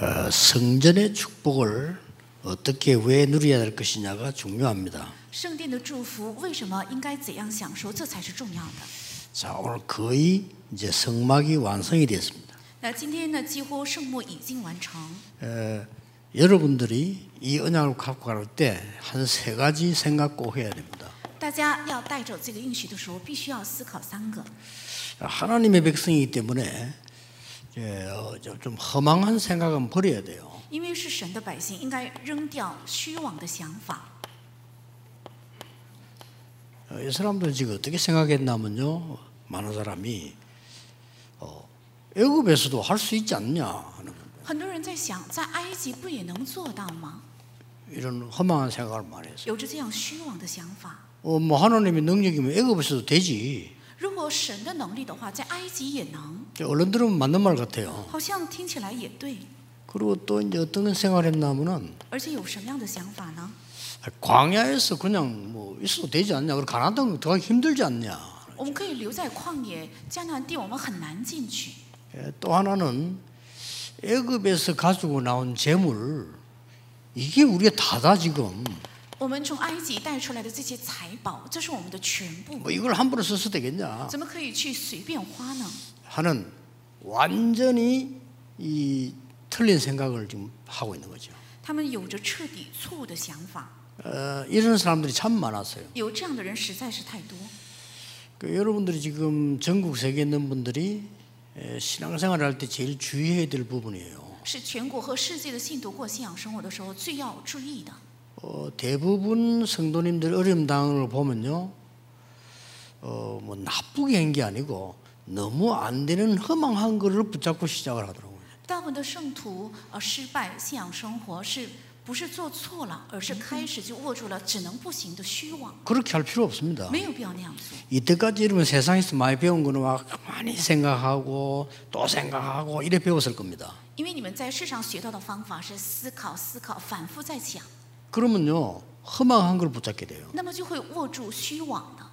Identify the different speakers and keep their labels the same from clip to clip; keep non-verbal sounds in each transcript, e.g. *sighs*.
Speaker 1: 어, 성전의 축복을 어떻게 왜 누려야 될 것이냐가 중요합니다.
Speaker 2: 圣殿的祝福为什么应该怎样享受，这才是重要的。
Speaker 1: 자 오늘 거의 이제 성막이 완성이 됐습니다.
Speaker 2: 那今天呢，几乎圣幕已经完成。
Speaker 1: 에, 여러분들이 이 언약을 갖고 갈 때 한 세 가지 생각 꼭 해야 됩니다.
Speaker 2: 大家要带走这个应许的时候，必须要思考三个：
Speaker 1: 하나님의 백성이기 때문에 이제 어, 좀- 좀 허망한 생각은 버려야 돼요.
Speaker 2: 因为是神的百姓，应该扔掉虚妄的想法。
Speaker 1: 어, 이 사람들은 지금 어떻게 생각했냐면요. 많은 사람이 어, 애굽에서도 할 수 있지 않냐 하는
Speaker 2: 很多人在想，在埃及不也能做到吗？
Speaker 1: 이런 허망한 생각을 많이 했어요.
Speaker 2: 有着这样虚妄的想法。
Speaker 1: 어, 뭐 하나님의 능력이면 애굽에서도 되지.
Speaker 2: 如果神的能力的话，在埃及也能，
Speaker 1: 얼른 들으면 맞는 말 같아요.
Speaker 2: 好像听起来也对。
Speaker 1: 그리고 또 이제 어떤 생각을 했냐면은
Speaker 2: 而且有什么样的想法呢？
Speaker 1: 광야에서 그냥 뭐 있어도 되지 않냐? 그리고 가나안 땅 들어가기 힘들지 않냐?
Speaker 2: 我们可以留在旷野迦南地，我们很难进去。
Speaker 1: 예, 또 하나는 애굽에서 가지고 나온 재물 이게 우리가 다다 지금
Speaker 2: 我们从埃及带出来的这些财宝，这是我们的全部，
Speaker 1: 뭐 이걸 함부로 써서 되겠냐
Speaker 2: 怎么可以去随便花呢？
Speaker 1: 하는 완전히 이 틀린 생각을 지금 하고 있는 거죠.
Speaker 2: 他们有着彻底错误的想法，
Speaker 1: 어, 이런 사람들이 참 많았어요.
Speaker 2: 有这样的人实在是太多。
Speaker 1: 그 여러분들이 지금 전국 세계 있는 분들이 에, 신앙생활 할 때 제일 주의해야 될 부분이에요.
Speaker 2: 是全国和世界的信徒过信仰生活的时候最要注意的。
Speaker 1: 어, 대부분 성도님들 어려움 당하는 걸 보면요, 어, 뭐 나쁘게 한 게 아니고 너무 안 되는 허망한 거를 붙잡고 시작을 하더라고요.
Speaker 2: 大部分的圣徒呃失败信仰生活是不是做错了，而是开始就握住了只能不行的虚妄，
Speaker 1: 그렇게 할 필요 없습니다.
Speaker 2: 没有必要那样做。
Speaker 1: 이때까지 이러면 세상에서 많이 배운 거는 막 많이 생각하고 또 생각하고 이래 배웠을 겁니다.
Speaker 2: 因为你们在世上学到的方法是思考、思考、反复在想，
Speaker 1: 그러면요 허망한 걸 붙잡게 돼요.
Speaker 2: 那么就会握住虚妄的。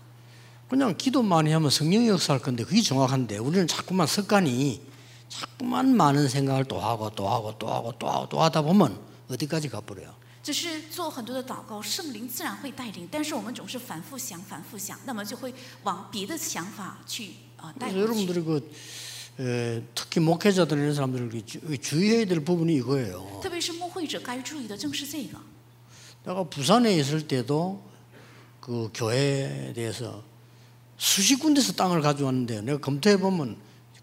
Speaker 1: 그냥 기도 많이 하면 성령 역사할 건데 그게 정확한데 우리는 자꾸만 습관이 자꾸만 많은 생각을 또 하고 또 하고 또 하고 또 하고 또 하다 보면 어디까지 가버려요.
Speaker 2: 只是做很多的祷告，圣灵自然会带领，但是我们总是反复想、反复想，那么就会往别的想法去呃
Speaker 1: 그래서
Speaker 2: 带回去。
Speaker 1: 여러분들이 그 에, 특히 목회자들 이런 사람들 그 주- 주의해야 될 부분이 이거예요.
Speaker 2: 特别是牧会者该注意的正是这个。
Speaker 1: 내가 부산에 있을 때도 그 교회에 대해서 수십 군데서 땅을 가져왔는데 내가 검토해 보면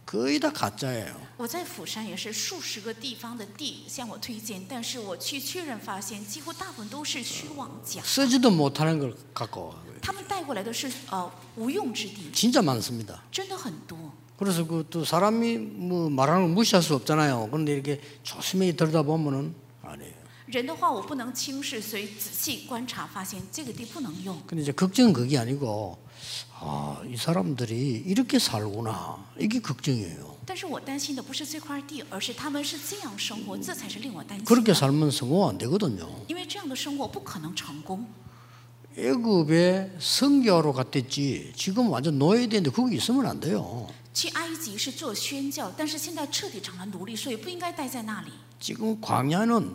Speaker 1: 거의 다 가짜예요.
Speaker 2: 我在釜山也是数十个地方的地向我推荐，但是我去确认发现，几乎大部分都是虚妄假，
Speaker 1: 쓰지도 못하는 걸 갖고 와요.
Speaker 2: 他们带过来的是呃无用之地，
Speaker 1: 진짜 많습니다.
Speaker 2: 真的很多。
Speaker 1: 그래서 그 또 사람이 뭐 말하는 걸 무시할 수 없잖아요. 그런데 이렇게 조심히 들여다 보면은 아니에요.
Speaker 2: 人的话我不能轻视，所以仔细观察发现这个地不能用。
Speaker 1: 근데 이제 걱정은 그게 아니고 아, 이 사람들이 이렇게 살구나. 이게 걱정이에요.
Speaker 2: 但是我担心的不是这块地，而是他们是这样生活，这才是令我担心
Speaker 1: 嗯 그렇게
Speaker 2: 的。
Speaker 1: 살면 성공 안 되거든요.
Speaker 2: 因为这样的生活不可能成功。
Speaker 1: 애굽에 선교하러 갔댔지. 지금 완전 노예되는데 거기 있으면 안 돼요.
Speaker 2: 去埃及是做宣教，但是现在彻底成了奴隶，所以不应该待在那里。
Speaker 1: 지금 광야는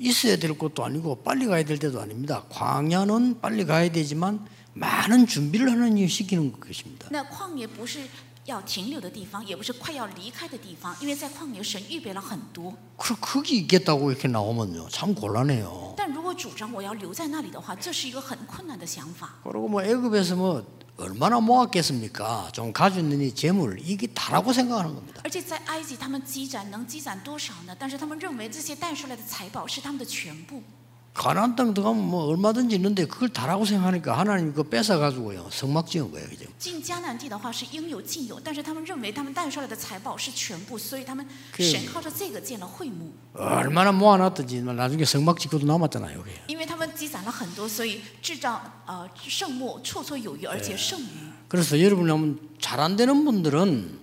Speaker 1: 있어야 될 것도 아니고 빨리 가야 될 때도 아닙니다. 광야는 빨리 가야 되지만 많은 준비를 하는 일 시키는 것입니다.
Speaker 2: 那旷野不是要停留的地方，也不是快要离开的地方，因为在旷野神预备了很多。
Speaker 1: 그럼 거기 있겠다고 이렇게 나오면요 참 곤란해요.
Speaker 2: 但如果主张我要留在那里的话，这是一个很困难的想法。
Speaker 1: 그리고 뭐 애굽에서 뭐 얼마나 모았겠습니까? 좀 가지고 있는 이 재물 이게 다라고 생각하는 겁니다.
Speaker 2: 而且在埃及，他们积攒能积攒多少呢？但是他们认为这些带出来的财宝是他们的全部。
Speaker 1: 가나안 땅 들어가면 뭐 얼마든지 있는데 그걸 다라고 생각하니까 하나님 그 뺏어 가지고요 성막 지은 거예요, 그죠?
Speaker 2: 进迦南地的话是应有尽有，但是他们认为他们带出来的财宝是全部，所以他们
Speaker 1: 可以
Speaker 2: 神靠着这个建了会幕，
Speaker 1: 얼마나 모아놨든지 뭐 나중에 성막 짓고도 남았잖아요, 그게.
Speaker 2: 因为他们积攒了很多，所以制造呃圣幕绰绰有余，而且剩余。
Speaker 1: 그래서 여러분이 하면 잘 안 되는 분들은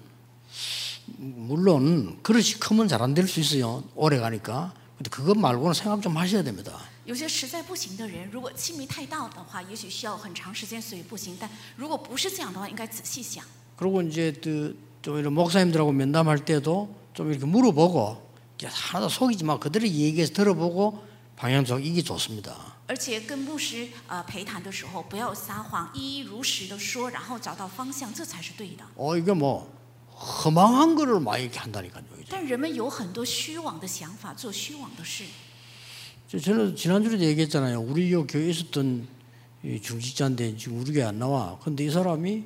Speaker 1: 물론 그릇이 크면 잘 안 될 수 있어요 오래 가니까. 근데 그것 말고는 생각 좀 하셔야 됩니다.
Speaker 2: 有些实在不行的人，如果气密太大的话，也许需要很长时间，所以不行。但如果不是这样的话，应该仔细想。
Speaker 1: 그리고 이제 그 좀 이런 목사님들하고 면담할 때도 좀 이렇게 물어보고 하나도 속이지 마. 그대로 얘기해서 들어보고 방향 정 이게 좋습니다.
Speaker 2: 而且跟牧师呃陪谈的时候，不要撒谎，一一如实的说，然后找到方向，这才是对的。
Speaker 1: 어 이게 뭐 허망한 거를 막 이렇게 한다니까요. 이제.
Speaker 2: 但人们有很多虚妄的想法，做虚妄的事。
Speaker 1: 저- 저는 지난주에도 얘기했잖아요. 우리 요 교회에 있었던 이 중직자인데 지금 우리 교회 안 나와. 근데 이 사람이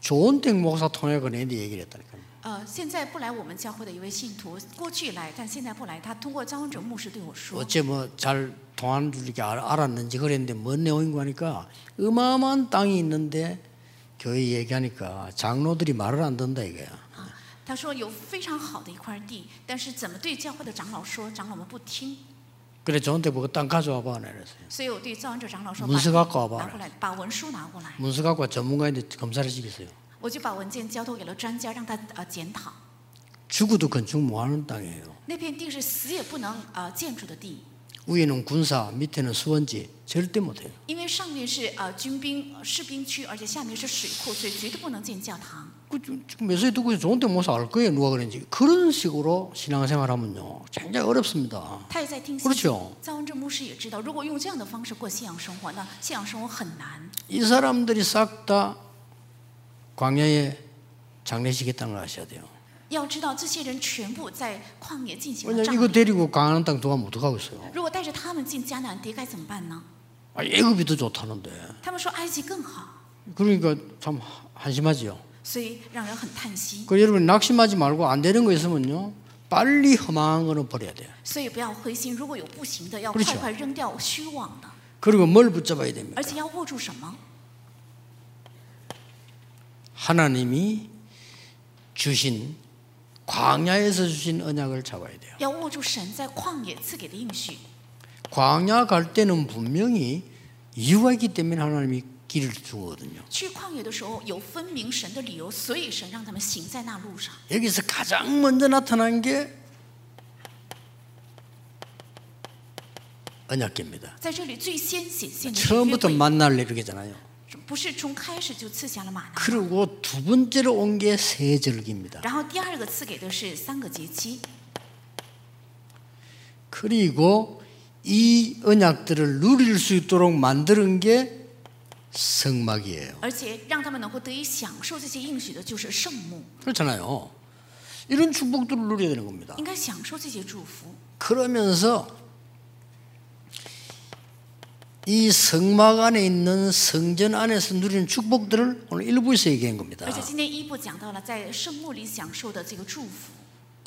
Speaker 1: 조은택 목사 통해 그 애한테 얘기를 했다니까요.
Speaker 2: 呃，现在不来我们教会的一位信徒，过去来，但现在不来。他通过张文哲牧师对我说，
Speaker 1: 어째 뭐 잘 통하는 줄 이렇게 알- 알았는지 그랬는데 뭔 내용인 거 하니까 어마어마한 땅이 있는데 교회 얘기하니까 장로들이 말을 안 듣는다 이거야.
Speaker 2: 啊，他说有非常好的一块地，但是怎么对教会的长老说，长老们不听。
Speaker 1: 그래 저한테 보고 땅 가져와봐 내랬어요.
Speaker 2: 所以我对张文哲长老说，
Speaker 1: 문서
Speaker 2: 把
Speaker 1: 갖고와봐
Speaker 2: 拿过来，把文书拿过来。
Speaker 1: 문서 갖고 전문가인데 검사를 시켰어요.
Speaker 2: 我就把文件交托给了专家，让他呃检讨。
Speaker 1: 죽어도 건축 못하는 땅이에요.
Speaker 2: 那片地是死也不能呃建筑的地，
Speaker 1: 위에는 군사, 밑에는 수원지 절대 못해요.
Speaker 2: 因为上面是呃军兵呃士兵区，而且下面是水库，所以绝对不能建教堂。
Speaker 1: 그 지- 지금 메시지 듣고 좋은데 못서 알 거예요 누가 그런지 그런 식으로 신앙생활하면요 굉장히 어렵습니다. 그렇죠?
Speaker 2: 他也在听信
Speaker 1: 不是穷
Speaker 2: 藏文正牧师也知道，如果用这样的方式过信仰生活，那信仰生活很难。
Speaker 1: 이 사람들이 싹 다 광야에 장례식 했다는 걸 아셔야 돼요.
Speaker 2: 要知道，这些人全部在旷野进行了
Speaker 1: 왜냐면
Speaker 2: 战
Speaker 1: 이거
Speaker 2: 役。
Speaker 1: 데리고 강한 땅 도하면 어떡하고 있어요.
Speaker 2: 如果带着他们进迦南地，该怎么办呢？
Speaker 1: 아, 애굽이 더 좋다는데.
Speaker 2: 他们说埃及更好，
Speaker 1: 그러니까 참 한심하지요.
Speaker 2: 所以让人很叹息。
Speaker 1: 그 여러분 낙심하지 말고 안 되는 거 있으면요. 빨리 허망한 거는 버려야 돼요.
Speaker 2: 所以不要灰心，如果有不行的，要
Speaker 1: 不是
Speaker 2: 快
Speaker 1: 穷
Speaker 2: 快扔掉虚妄的，
Speaker 1: 그리고 뭘 붙잡아야 됩니까?
Speaker 2: 而且要握住什么？
Speaker 1: 하나님이 주신 광야에서 주신 언약을 잡아야 돼요.
Speaker 2: 要握住神在旷野赐给的应许。
Speaker 1: 광야 갈 때는 분명히 이유가 있기 때문에 하나님이 길을 주거든요.
Speaker 2: 去旷野的时候有分明神的理由，所以神让他们行在那路上。
Speaker 1: 여기서 가장 먼저 나타난 게 언약계입니다.
Speaker 2: 在这里最先显现的是约
Speaker 1: 처음부터
Speaker 2: 柜
Speaker 1: 만나를 이루게잖아요.
Speaker 2: 不是从开始就赐下了马呢？
Speaker 1: 그리고 두 번째로 온 게 세절기입니다.
Speaker 2: 然后第二个赐给的是三个节期，
Speaker 1: 그리고 이 언약들을 누릴 수 있도록 만드는 게 성막이에요.
Speaker 2: 而且让他们能够得以享受这些应许的，就是圣幕，
Speaker 1: 그렇잖아요. 이런 축복들을 누려야 되는 겁니다.
Speaker 2: 应该享受这些祝福。
Speaker 1: 그러면서 이 성막 안에 있는 성전 안에서 누리는 축복들을 오늘 일부에서 얘기한 겁니다.
Speaker 2: 而且今天一部讲到了在圣幕里享受的这个祝福，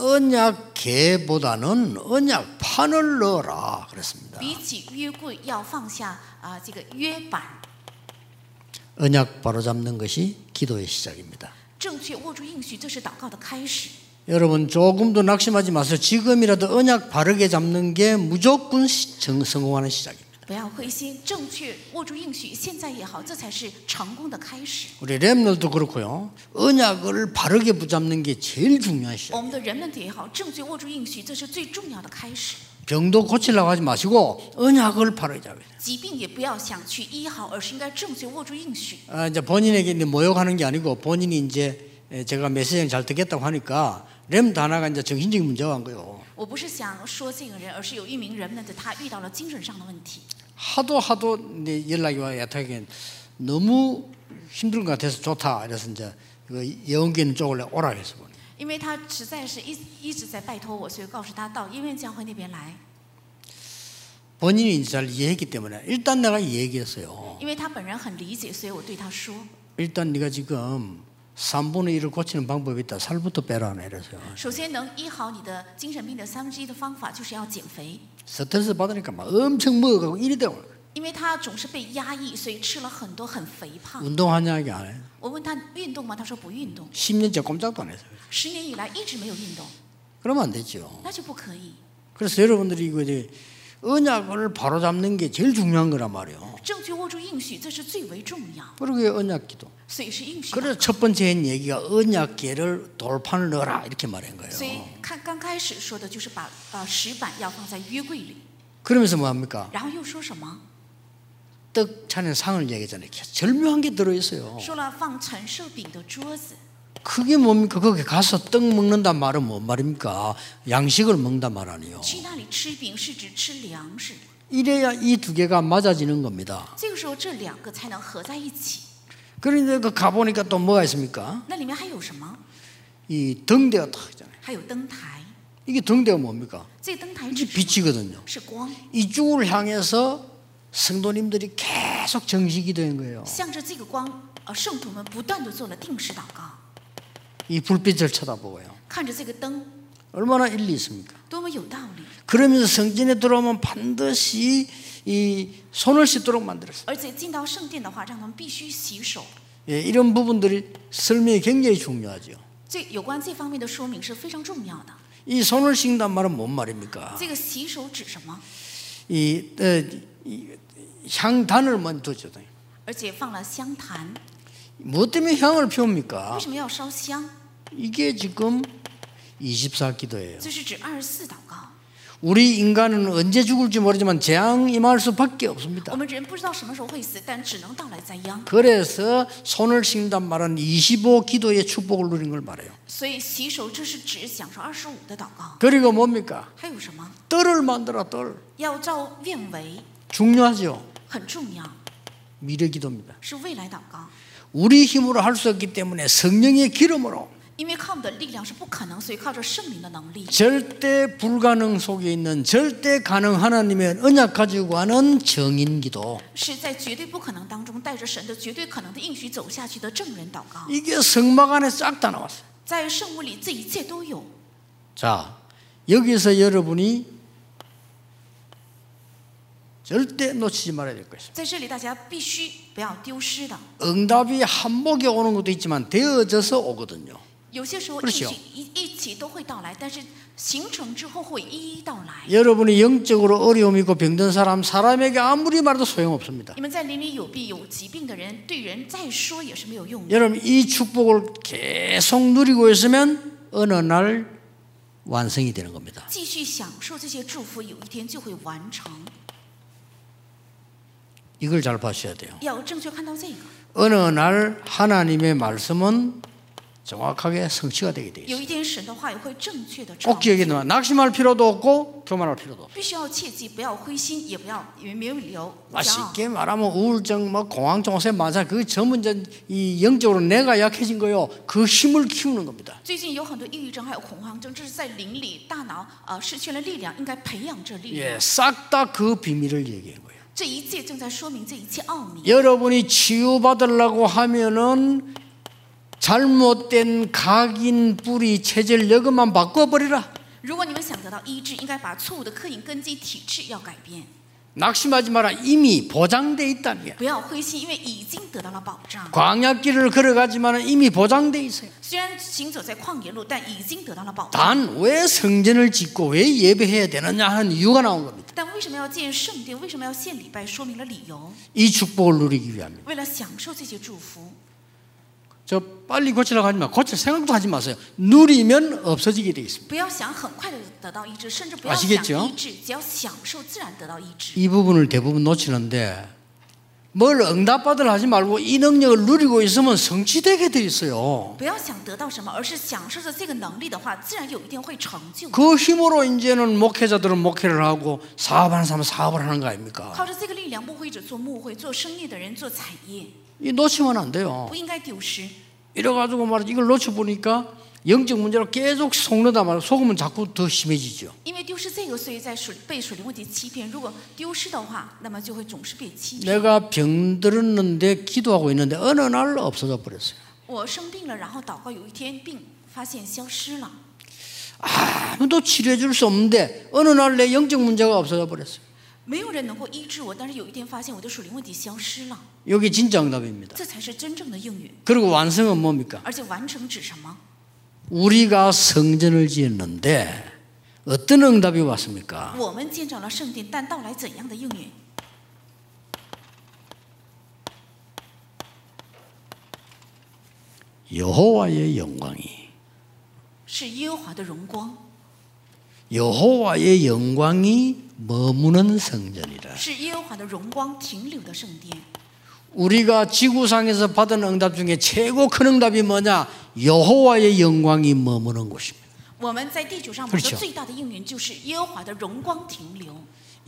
Speaker 1: 언약계보다는 언약판을 넣어라 그랬습니다.
Speaker 2: 比起约柜要放下啊、这个约板，
Speaker 1: 언약 바로잡는 것이 기도의 시작입니다.
Speaker 2: 正确握住应许，这是祷告的开始。
Speaker 1: 여러분 조금도 낙심하지 마세요. 지금이라도 언약 바르게 잡는 게 무조건 시- 정- 성공하는 시작입니다.
Speaker 2: 不要灰心，正确握住应许，现在也好，这才是成功的开始。
Speaker 1: 우리 렘널도 그렇고요. 언약을 바르게 붙잡는 게 제일 중요한 시작.
Speaker 2: 我们的人们也好，正确握住应许，这是最重要的开始。
Speaker 1: 병도 고치려고 하지 마시고 언약을 바르게 잡아야 돼요.
Speaker 2: 疾病也不要想去医好，而是应该正确握住应许。
Speaker 1: 아, 이제 본인에게 이제 모욕하는 게 아니고 본인이 이제 에, 제가 메시지를 잘 듣겠다고 하니까 렘 단어가 이제 정신적인 문제가 한 거예요.
Speaker 2: 我不是想说这个人，而是有一名人们的他遇到了精神上的问题，
Speaker 1: 하도 하도 이제 연락이 와 야타에게 너무 힘든 것 같아서 좋다. 그래서 이제 예언기는 쪽으로 오라 해서 보니
Speaker 2: 因为他实在是一一直在拜托我，所以告诉他到医院教会那边来，
Speaker 1: 본인이 이제 잘 이해했기 때문에 일단 내가 얘기했어요.
Speaker 2: 因为他本人很理解，所以我对他说
Speaker 1: 일단 네가 지금 3분의 1을 고치는 방법이 있다. 살부터 빼라. 이래서요. ：
Speaker 2: 首先能医好你的精神病的三分之一的方法就是要减肥，
Speaker 1: 스트레스 받으니까 막 엄청 먹어가고 이래 되고
Speaker 2: 因为他总是被压抑，所以吃了很多很肥胖。
Speaker 1: 운동하냐 이게 안 해요.
Speaker 2: 我问他运动吗？他说不运动，
Speaker 1: 10년째 꼼짝도 안 해서요.
Speaker 2: 十年以来一直没有运动，
Speaker 1: 그러면 안 되죠.
Speaker 2: 那就不可以。
Speaker 1: 그래서 여러분들이 이거 이제 언약을 바로 잡는 게 제일 중요한 거란 말이에요.
Speaker 2: 正确握住应许，这是最为重要，
Speaker 1: 그리고 왜 언약 기도.
Speaker 2: 所以是应许。
Speaker 1: 그래서 첫 번째 한 얘기가 언약계를 돌판을 넣어라 이렇게 말한
Speaker 2: 所
Speaker 1: 거예요.
Speaker 2: 以看刚开始说的就是把呃石板要放在约柜里，
Speaker 1: 그러면서 뭐 합니까?
Speaker 2: 然后又说什么？
Speaker 1: 떡 차는 상을 얘기했잖아요. 절묘한 게 들어있어요.
Speaker 2: 说了放陈设饼的桌子，
Speaker 1: 그게 뭡니까? 거기 가서 떡 먹는단 말은 뭔 말입니까? 양식을 먹는단 말 아니에요.
Speaker 2: 去那里吃饼是指吃粮食，
Speaker 1: 이래야 이 두 개가 맞아지는 겁니다.
Speaker 2: 这个时候这两个才能合在一起。
Speaker 1: 그런데 그 가보니까 또 뭐가 있습니까?
Speaker 2: 那里面还有什么？
Speaker 1: 이 등대가 탁 있잖아요.
Speaker 2: 还有灯台，
Speaker 1: 이게 등대가 뭡니까?
Speaker 2: 这个灯台
Speaker 1: 이게
Speaker 2: 指什么
Speaker 1: 빛이거든요.
Speaker 2: 是光，
Speaker 1: 이 죽을 향해서 성도님들이 계속 정식이 된 거예요.
Speaker 2: 向着这个光，呃，圣徒们不断的做了定时祷告，
Speaker 1: 이 불빛을 쳐다보고요.
Speaker 2: 看着这个灯，
Speaker 1: 얼마나 일리 있습니까?
Speaker 2: 多么有道理！
Speaker 1: 그러면서 성전에 들어오면 반드시 이 손을 씻도록 만들었어요.
Speaker 2: 而且进到圣殿的话，让他们必须洗手。
Speaker 1: 예, 이런 부분들이 설명이 굉장히 중요하죠.
Speaker 2: 这有关这方面的说明是非常重要的。
Speaker 1: 이 손을 씻는단 말은 뭔 말입니까?
Speaker 2: 这个洗手指什么？
Speaker 1: 이, 에, 이 향단을 먼저 두죠.
Speaker 2: 而且放了香坛，
Speaker 1: 무엇 때문에 향을
Speaker 2: 为
Speaker 1: 피웁니까?
Speaker 2: 什么要烧香？
Speaker 1: 이게 지금 24기도예요.
Speaker 2: 这是指二十四祷告。
Speaker 1: 우리 인간은 언제 죽을지 모르지만 재앙 임할 수밖에 없습니다.
Speaker 2: 我们人不知道什么时候会死，但只能到来灾殃。
Speaker 1: 그래서 손을 씻는단 말은 25기도의 축복을 누린 걸 말해요.
Speaker 2: 所以洗手这是指享受二十五的祷告。
Speaker 1: 그리고 뭡니까?
Speaker 2: 还有什么？
Speaker 1: 뜰을 만들어 뜰.
Speaker 2: 要照愿为，
Speaker 1: 중요하죠.
Speaker 2: 很重要，
Speaker 1: 미래 기도입니다.
Speaker 2: 是未来祷告。
Speaker 1: 우리 힘으로 할 수 없기 때문에 성령의 기름으로
Speaker 2: 因为靠我们的力量是不可能，所以靠着圣灵的能力，
Speaker 1: 절대 불가능 속에 있는 절대 가능 하나님의 언약 가지고 하는 정인 기도.
Speaker 2: 是在绝对不可能当中，带着神的绝对可能的应许走下去的证人祷告。
Speaker 1: 이게 성막 안에 싹 다 나왔어요.
Speaker 2: 在圣物里，这一切都有。
Speaker 1: 자, 여기서 여러분이 절대 놓치지 말아야 될 것입니다.
Speaker 2: 在这里，大家必须不要丢失的。
Speaker 1: 응답이 한복에 오는 것도 있지만 되어져서 오거든요.
Speaker 2: 有些时候
Speaker 1: 不
Speaker 2: 一
Speaker 1: 是
Speaker 2: 起
Speaker 1: 小
Speaker 2: 一一起都会到来，但是形成之后会一一到来。
Speaker 1: 여러분이 영적으로 어려움 있고 병든 사람 사람에게 아무리 말해도 소용없습니다.
Speaker 2: 你们在邻里有弊、有疾病的人，对人再说也是没有用的。
Speaker 1: 여러분 이 축복을 계속 누리고 있으면 어느 날 완성이 되는 겁니다.
Speaker 2: 继续享受这些祝福，有一天就会完成。
Speaker 1: 이걸 잘 봐셔야 돼요.
Speaker 2: 要正确看到这个，
Speaker 1: 어느 날 하나님의 말씀은 정확하게 성취가 되게 돼 있어요.
Speaker 2: 有一天神的话也会正确的成。
Speaker 1: 꼭지 여기 나와 낙심할 필요도 없고 교만할 필요도 없어요.
Speaker 2: 必须要切记，不要灰心，也不要也没有理由骄傲。
Speaker 1: 쉽게 말하면 우울증, 뭐 공황장애, 만사 그게 전부 이제 이 영적으로 내가 약해진 거요. 그 힘을 키우는 겁니다.
Speaker 2: 最近有很多抑郁症，还有恐慌症，这是在邻里大脑呃失去了力量，应该培养这力
Speaker 1: 예,
Speaker 2: 量。
Speaker 1: 싹 다 그 비밀을 얘기한 거예요.
Speaker 2: 这一切正在说明这一切奥秘。
Speaker 1: 여러분이 치유받으려고 하면은 잘못된 각인 뿌리 체질 여것만 바꿔버리라.
Speaker 2: 如果你们想得到医治，应该把错误的刻印根基体质要改变，
Speaker 1: 낙심하지 마라. 이미 보장돼 있다는 거야.
Speaker 2: 不要灰心，因为已经得到了保障。
Speaker 1: 광약길을 걸어가지만 이미 보장돼 있어요.
Speaker 2: 虽然行走在旷野路，但已经得到了保障。
Speaker 1: 단 왜 성전을 짓고 왜 예배해야 되느냐 하는 이유가 나온 겁니다.
Speaker 2: 但为什么要建圣殿？为什么要献礼拜？说明了理由，
Speaker 1: 이 축복을 누리기 위함입니다.
Speaker 2: 为了享受这些祝福。
Speaker 1: 저 빨리 고치려고 하지 마. 고칠 생각도 하지 마세요. 누리면 없어지게 돼 있습니다.
Speaker 2: 不要想很快的得到医治，甚至不要
Speaker 1: 啊
Speaker 2: 想
Speaker 1: 是这样
Speaker 2: 医治，只要享受自然得到医治。
Speaker 1: 이 부분을 대부분 놓치는데 뭘 응답받으려 하지 말고 이 능력을 누리고 있으면 성취되게 돼 있어요.
Speaker 2: 不要想得到什么，而是享受着这个能力的话，自然有一天会成就。
Speaker 1: 그 힘으로 이제는 목회자들은 목회를 하고 사업하는 사람은 사업을 하는 거 아닙니까?
Speaker 2: 靠着这个力量，牧会者做牧会，做生意的人做产业，
Speaker 1: 이 놓치면 안 돼요.
Speaker 2: 不应该丢失。
Speaker 1: 이래가지고 말이죠. 이걸 놓쳐보니까 영적 문제로 계속 속는다 말이에요. 속으면 자꾸 더 심해지죠.
Speaker 2: 因为丢失这个，所以在水被水灵问题欺骗。如果丢失的话，那么就会总是被欺骗。
Speaker 1: 내가 병 들었는데 기도하고 있는데 어느 날 없어져 버렸어요.
Speaker 2: 我生病了，然后祷告，有一天病发现消失了，
Speaker 1: 아무도 치료해 줄 수 없는데 어느 날 내 영적 문제가 없어져 버렸어요.
Speaker 2: 没有人能够医治我，但是有一天发现我的水灵问题消失了，
Speaker 1: 여기 진짜 응답입니다.
Speaker 2: 这才是真正的应允。
Speaker 1: 그리고 완성은 뭡니까?
Speaker 2: 而且完成指什么？
Speaker 1: 우리가 성전을 지었는데 어떤 응답이 왔습니까?
Speaker 2: 我们建造了圣殿，但到来怎样的应允？
Speaker 1: 여호와의 영광이.
Speaker 2: 是耶和华的荣光，
Speaker 1: 여호와의 영광이 머무는 성전이라.
Speaker 2: 是耶和华的荣光停留的圣殿。
Speaker 1: 우리가 지구상에서 받은 응답 중에 최고 큰 응답이 뭐냐? 여호와의 영광이 머무는 곳입니다.
Speaker 2: 我们在地球上蒙
Speaker 1: 是
Speaker 2: 得
Speaker 1: 啊
Speaker 2: 最大的应允就是耶和华的荣光停留。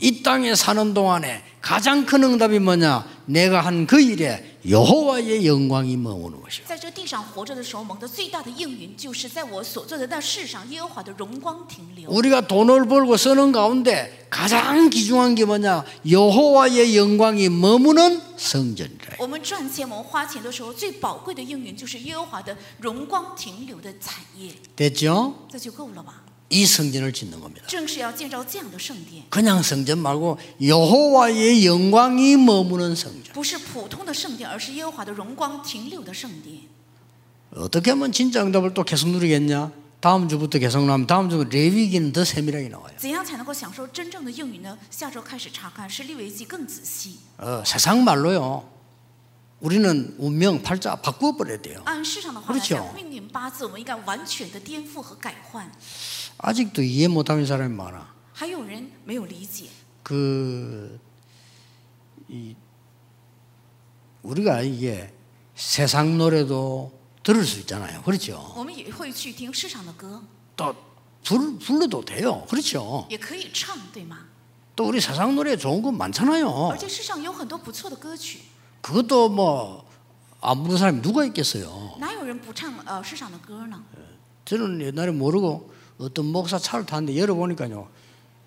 Speaker 1: 이 땅에 사는 동안에 가장 큰 응답이 뭐냐? 내가 한 그 일에 여호와의 영광이 머무는 곳이요.
Speaker 2: 在这地上活着的时候，蒙得最大的应允就是在我所做的那事上，耶和华的荣光停留。
Speaker 1: 우리가 돈을 벌고 쓰는 가운데 가장 귀중한 게 뭐냐? 여호와의 영광이 머무는 성전이라.
Speaker 2: 我们赚钱，我们花钱的时候，最宝贵的应允就是耶和华的荣光停留的产业，
Speaker 1: 됐죠?
Speaker 2: 这就够了吧？
Speaker 1: 이 성전을 짓는 겁니다.
Speaker 2: 正是要建造这样的圣殿，
Speaker 1: 그냥 성전 말고 여호와의 영광이 머무는 성전.
Speaker 2: 不是普通的圣殿，而是耶和华的荣光停留的圣殿。
Speaker 1: 어떻게 하면 진짜 응답을 또 계속 누리겠냐? 다음 주부터 계속 나면 다음 주 레위기는 더 세밀하게 나와요.
Speaker 2: 怎样才能够享受真正的应允呢？下周开始查看《是利维记》更仔细。
Speaker 1: 어, 세상 말로요. 우리는 운명 팔자 바꾸어 버려야 돼요.
Speaker 2: 按世上的话来
Speaker 1: 그렇죠
Speaker 2: 讲，命运八字我们应该完全的颠覆和改换。
Speaker 1: 아직도 이해 못하는 사람이 많아.
Speaker 2: 还有人没有理解，
Speaker 1: 그 이, 우리가 이게 세상 노래도 들을 수 있잖아요. 그렇죠?
Speaker 2: 我们也会去听世上的歌，
Speaker 1: 또 부르, 불러도 돼요. 그렇죠?
Speaker 2: 也可以唱，对吗？
Speaker 1: 또 우리 세상 노래 좋은 건
Speaker 2: 而
Speaker 1: 많잖아요.
Speaker 2: 且世上有很多不错的歌曲，
Speaker 1: 그것도 뭐 안 부르는 사람이 누가 있겠어요.
Speaker 2: 哪有人不唱呃世上的歌呢？
Speaker 1: 저는 옛날에 모르고 어떤 목사 차를 탔는데 열어보니까요.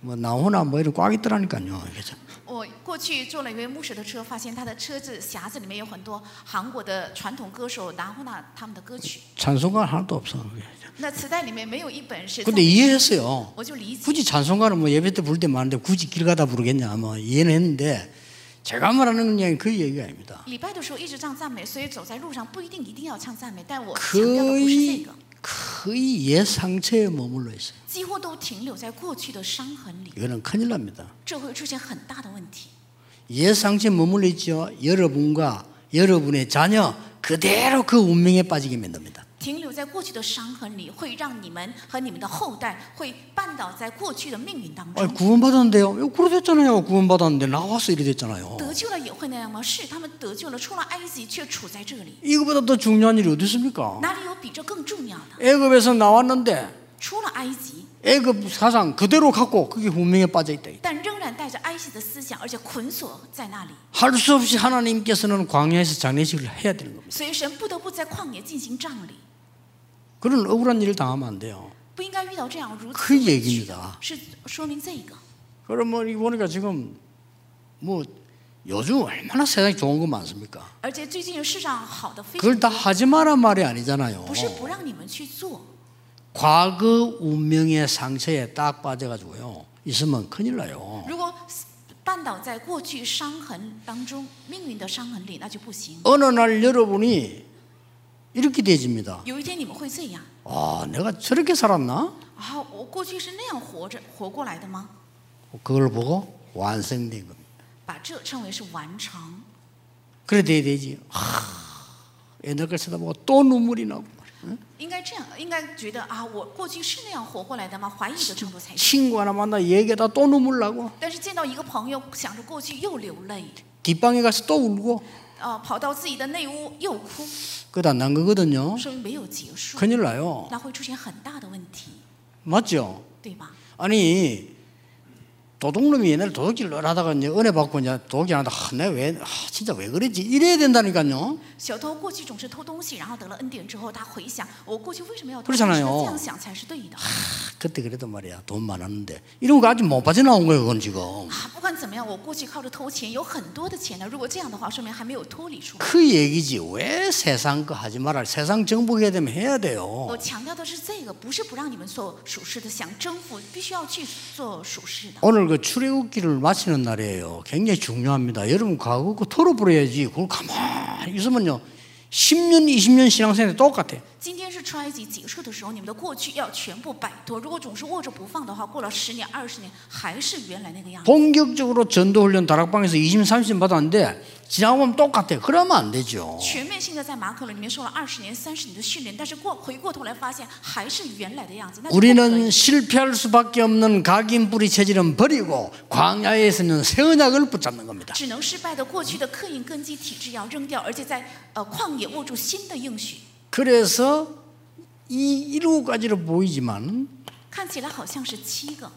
Speaker 1: 뭐 나오나 뭐 이런 꽉 있더라니까요. 그래서
Speaker 2: 我过去坐了一位牧师的车，发现他的车子匣子里面有很多韩国的传统歌手拿呼那他们的歌曲，
Speaker 1: 찬송가 하나도 없어.
Speaker 2: 那磁带里面没有一本是赞
Speaker 1: 근데
Speaker 2: 美，
Speaker 1: 이해했어요.
Speaker 2: 我就理解。
Speaker 1: 굳이 찬송가는 뭐 예배 때 부를 때 많은데 굳이 길 가다 부르겠냐 뭐 이해는 했는데 제가 말하는 건 그냥 그 얘기가 아닙니다.
Speaker 2: 礼拜的时候一直唱赞美，所以走在路上不一定一定要唱赞美，但我强调的不是这
Speaker 1: 거의
Speaker 2: 个，
Speaker 1: 거의 예상체에 머물러 있어요.
Speaker 2: 几乎都停留在过去的伤痕里，
Speaker 1: 이거는 큰일 납니다.
Speaker 2: 这会出现很大的问题。
Speaker 1: 예상치 머물러 있죠. 여러분과 여러분의 자녀 그대로 그 운명에 빠지게 만듭니다.
Speaker 2: 停留在过去的伤痕里，会让你们和你们的后代会绊倒在过去的命运当
Speaker 1: 아니,
Speaker 2: 中。哦
Speaker 1: 구원받았는데요. 이거 그러됐잖아요. 구원받았는데 나와서 이래 됐잖아요.
Speaker 2: 得救了也会那样吗？是，他们得救了，出了埃及却处在这里，
Speaker 1: 이거보다 더 중요한 일이 어디 있습니까?
Speaker 2: 哪里有比这更重要的？
Speaker 1: 애굽에서 나왔는데
Speaker 2: 出了埃及，
Speaker 1: 애굽 사상 그대로 갖고 그게 운명에 빠져 있다.
Speaker 2: 但仍然带着埃及的思想，而且捆锁在那里，
Speaker 1: 할 수 없이 하나님께서는 광야에서 장례식을 해야 되는 겁니다.
Speaker 2: 所以神不得不在旷野进行葬礼。
Speaker 1: 그런 억울한 일을 당하면 안 돼요.
Speaker 2: 不应该遇到这样如此
Speaker 1: 그
Speaker 2: 委屈的，
Speaker 1: 얘기입니다.
Speaker 2: 是说明这个。
Speaker 1: 그러면 이 보니까 지금 뭐 요즘 얼마나 세상에 좋은 거 많습니까?
Speaker 2: 而且最近世上好的非常
Speaker 1: 그걸 다
Speaker 2: 多，
Speaker 1: 하지 마란 말이 아니잖아요.
Speaker 2: 不是不让你们去做，
Speaker 1: 과거 운명의 상처에 딱 빠져가지고요. 있으면 큰일 나요.
Speaker 2: 如果绊倒在过去伤痕当中、命运的伤痕里，那就不行。
Speaker 1: 어느 날 여러분이 이렇게 되집니다.
Speaker 2: 有一天你们会这样
Speaker 1: 아, 내가 저렇게 살았나?
Speaker 2: 啊！我过去是那样活着活过来的吗？
Speaker 1: 그걸 보고 완성된 겁니다.
Speaker 2: 把这称为是完成。
Speaker 1: 그래 돼야 되지. 하, 옛날 걸 쳐다보고 또 눈물이 나고
Speaker 2: 应该这样，应该觉得啊，我过去是那样活过来的吗？怀疑的程度才行。
Speaker 1: 친구 하나 만나 얘기하다 또 눈물 나고
Speaker 2: 但是见到一个朋友，想着过去又流泪，
Speaker 1: 뒷방에 가서 또 울고
Speaker 2: 啊，跑到自己的内屋又哭，
Speaker 1: 그것 안 난 거거든요.
Speaker 2: 说明没有结束，
Speaker 1: 큰일 나요.
Speaker 2: 那会出现很大的问题，
Speaker 1: 맞죠?
Speaker 2: 对吧？
Speaker 1: 아니 도둑놈이 옛날에 도둑질을 하다가 이제 은혜 받고 이제 도둑질 하다 하, 내가 왜 하, 진짜 왜 그랬지 이래야 된다니까요.
Speaker 2: 小偷过去总是偷东西，然后得了恩典之后，他回想我过去为什么要
Speaker 1: 不
Speaker 2: 偷
Speaker 1: 是
Speaker 2: 东
Speaker 1: 想
Speaker 2: 西
Speaker 1: 来
Speaker 2: 呢？
Speaker 1: 哦
Speaker 2: 这样想才是对的。 *sighs*
Speaker 1: 하, 그때 그래도 말이야 돈 많았는데 이런 거 아직 못 빠져나온 거예요 그건 지금.
Speaker 2: 啊，不管怎么样，我过去靠着偷钱有很多的钱呢。如果这样的话，说明还没有脱离出来。
Speaker 1: 그 얘기지 왜 세상 거 하지 말아 세상 정복해야 되면 해야 돼요.
Speaker 2: 我强调的是这个，不是不让你们做属实的，想征服必须要去做属实的。
Speaker 1: 오늘 그 출애굽기를 마치는 날이에요. 굉장히 중요합니다. 여러분 과거 그 거 털어버려야지. 그걸 가만히 있으면요. 10년, 20년 신앙생활이 똑같아.
Speaker 2: 今天是是出埃及结束的时候，你们的过去要全部摆脱。如果总是握着不放的话，过了十年、二十年还是原来那个样
Speaker 1: 哦
Speaker 2: 子。
Speaker 1: 본격적으로 전도 훈련 다락방에서 20, 30년 받았는데 지나가면 똑같아. 그러면 안 되죠.
Speaker 2: 全面性的在马可里面受了二十年、三十年的训练，但是过回过头来发现还是原来的样子，那就不可以
Speaker 1: 우리는 실패할 수밖에 없는 각인 뿌리 체질은 버리고 광야에서는 새 언약을 붙잡는 겁니다.
Speaker 2: 只能失败的过去的刻印根基体制要扔掉，而且在呃旷野握住新的应许。
Speaker 1: 그래서 이 일곱 가지로 보이지만
Speaker 2: 看起来好像是七个，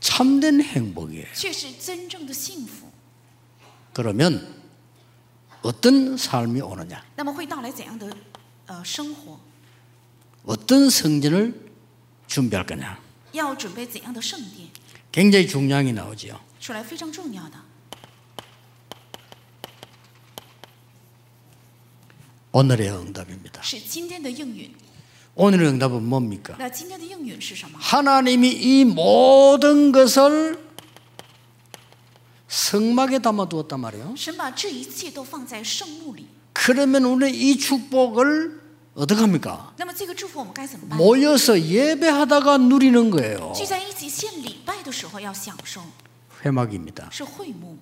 Speaker 1: 참된 행복이에요.
Speaker 2: 却是真正的幸福。
Speaker 1: 그러면 어떤 삶이 오느냐?
Speaker 2: 那么会到来怎样的呃生活？
Speaker 1: 어떤 성전을 준비할 거냐?
Speaker 2: 要准备怎样的圣殿？
Speaker 1: 굉장히 중요한 게 나오지요.
Speaker 2: 出来非常重要的。
Speaker 1: 오늘의 응답입니다.
Speaker 2: 是今天的应允。
Speaker 1: 오늘의 응답은 뭡니까?
Speaker 2: 那今天的应允是什么？
Speaker 1: 하나님이 이 모든 것을 성막에 담아두었단 말이에요.
Speaker 2: 神把这一切都放在圣墓里。
Speaker 1: 그러면 우리는 이 축복을 어떻게 합니까?
Speaker 2: 那么这个祝福我们该怎么办？
Speaker 1: 모여서 예배하다가 누리는 거예요.
Speaker 2: 聚在一起献礼拜的时候要享受，
Speaker 1: 회막입니다.
Speaker 2: 是会幕。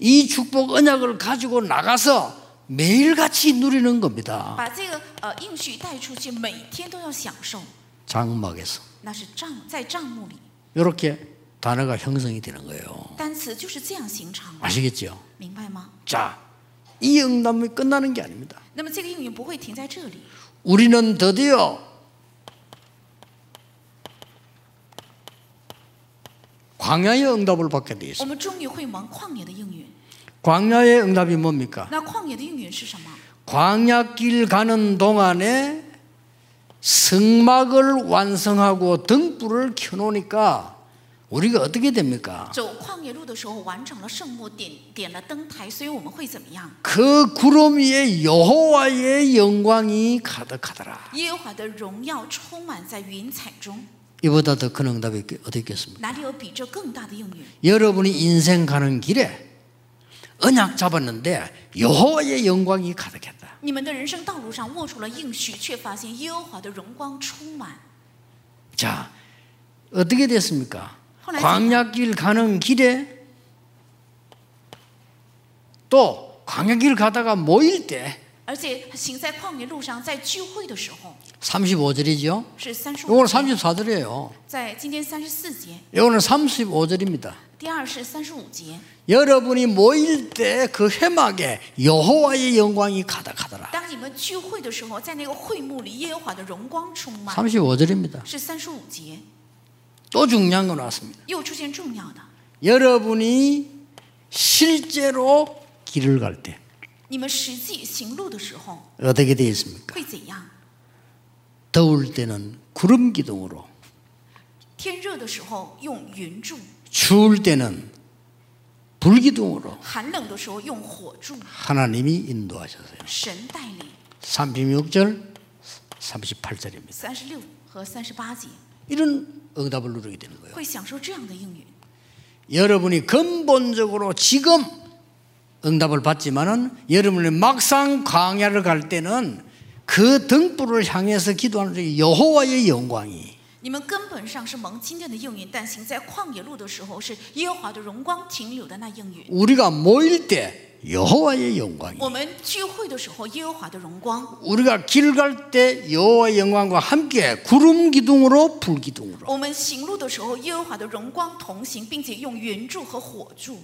Speaker 1: 이 축복 언약을 가지고 나가서 매일같이 누리는 겁니다.
Speaker 2: 把这个呃应许带出去，每天都要享受，
Speaker 1: 장막에서.
Speaker 2: 那是帐在帐幕里。
Speaker 1: 이렇게 단어가 형성이 되는 거예요.
Speaker 2: 单词就是这样形成，
Speaker 1: 아시겠죠?
Speaker 2: 明白吗？
Speaker 1: 자, 이 응답이 끝나는 게 아닙니다.
Speaker 2: 那么这个应允不会停在这里，
Speaker 1: 우리는 드디어 광야의 응답을 받게 되어
Speaker 2: 我
Speaker 1: 있습니다.
Speaker 2: 们终于会蒙旷野的应允。
Speaker 1: 광야의 응답이 뭡니까?
Speaker 2: 那旷野的应允是什么？
Speaker 1: 광야길 가는 동안에 성막을 완성하고 등불을 켜놓으니까 우리가 어떻게 됩니까?
Speaker 2: 走旷野路的时候完成了圣幕，点点了灯台，所以我们会怎么样？
Speaker 1: 그 구름 위에 여호와의 영광이 가득하더라.
Speaker 2: 耶和华的荣耀充满在云彩中，
Speaker 1: 이보다 더 큰 응답이 있겠- 어디 있겠습니까?
Speaker 2: 哪里有比这更大的应允？
Speaker 1: 여러분이 인생 가는 길에 언약 잡았는데 여호와의 영광이 가득했다.
Speaker 2: 你们的人生道路上握住了应许，却发现耶和华的荣光充满。
Speaker 1: 자, 어떻게 됐습니까?
Speaker 2: 혼란스러워.
Speaker 1: 광야길 가는 길에 또 광야길 가다가 모일 때
Speaker 2: 而且行在旷野路上，在聚会的时候
Speaker 1: 35절이죠.
Speaker 2: 是三十五
Speaker 1: 요거는 34절이에요.
Speaker 2: 在今天三十四节，
Speaker 1: 요거는 35절입니다.
Speaker 2: 第二是三十五节。
Speaker 1: 여러분이 모일 때 그 회막에 여호와의 영광이 가득하더라.
Speaker 2: 当你们聚会的时候，在那个会幕里，耶和华的荣光充满，
Speaker 1: 35절입니다.
Speaker 2: 是三十五节。
Speaker 1: 또 중요한 거 나왔습니다.
Speaker 2: 又出现重要的，
Speaker 1: 여러분이 실제로 길을 갈 때
Speaker 2: 你们实际行路的时候
Speaker 1: 어떻게 되어 있습니까?
Speaker 2: 会怎样？
Speaker 1: 더울 때는 구름 기둥으로,
Speaker 2: 天热的时候用云柱，
Speaker 1: 추울 때는 불 기둥으로
Speaker 2: 寒冷的时候用火柱，
Speaker 1: 하나님이 인도하셨어요.
Speaker 2: 神带领。
Speaker 1: 36절, 38절입니다.
Speaker 2: 三十六和三十八节
Speaker 1: 이런 응답을 누리게 되는 거예요.
Speaker 2: 会享受这样的应允。
Speaker 1: 여러분이 근본적으로 지금 응답을 받지만은 여러분이 막상 광야를 갈 때는 그 등불을 향해서 기도하는 중에 여호와의 영광이
Speaker 2: 你们根本上是蒙今天的应允，但行在旷野路的时候，是耶和华的荣光停留的那应允。
Speaker 1: 우리가 모일 때 여호와의 영광이
Speaker 2: 我们聚会的时候，耶和华的荣光；
Speaker 1: 우리가 길 갈 때 여호와의 영광과 함께 구름 기둥으로 불 기둥으로
Speaker 2: 我们行路的时候，耶和华的荣光同行，并且用云柱和火柱。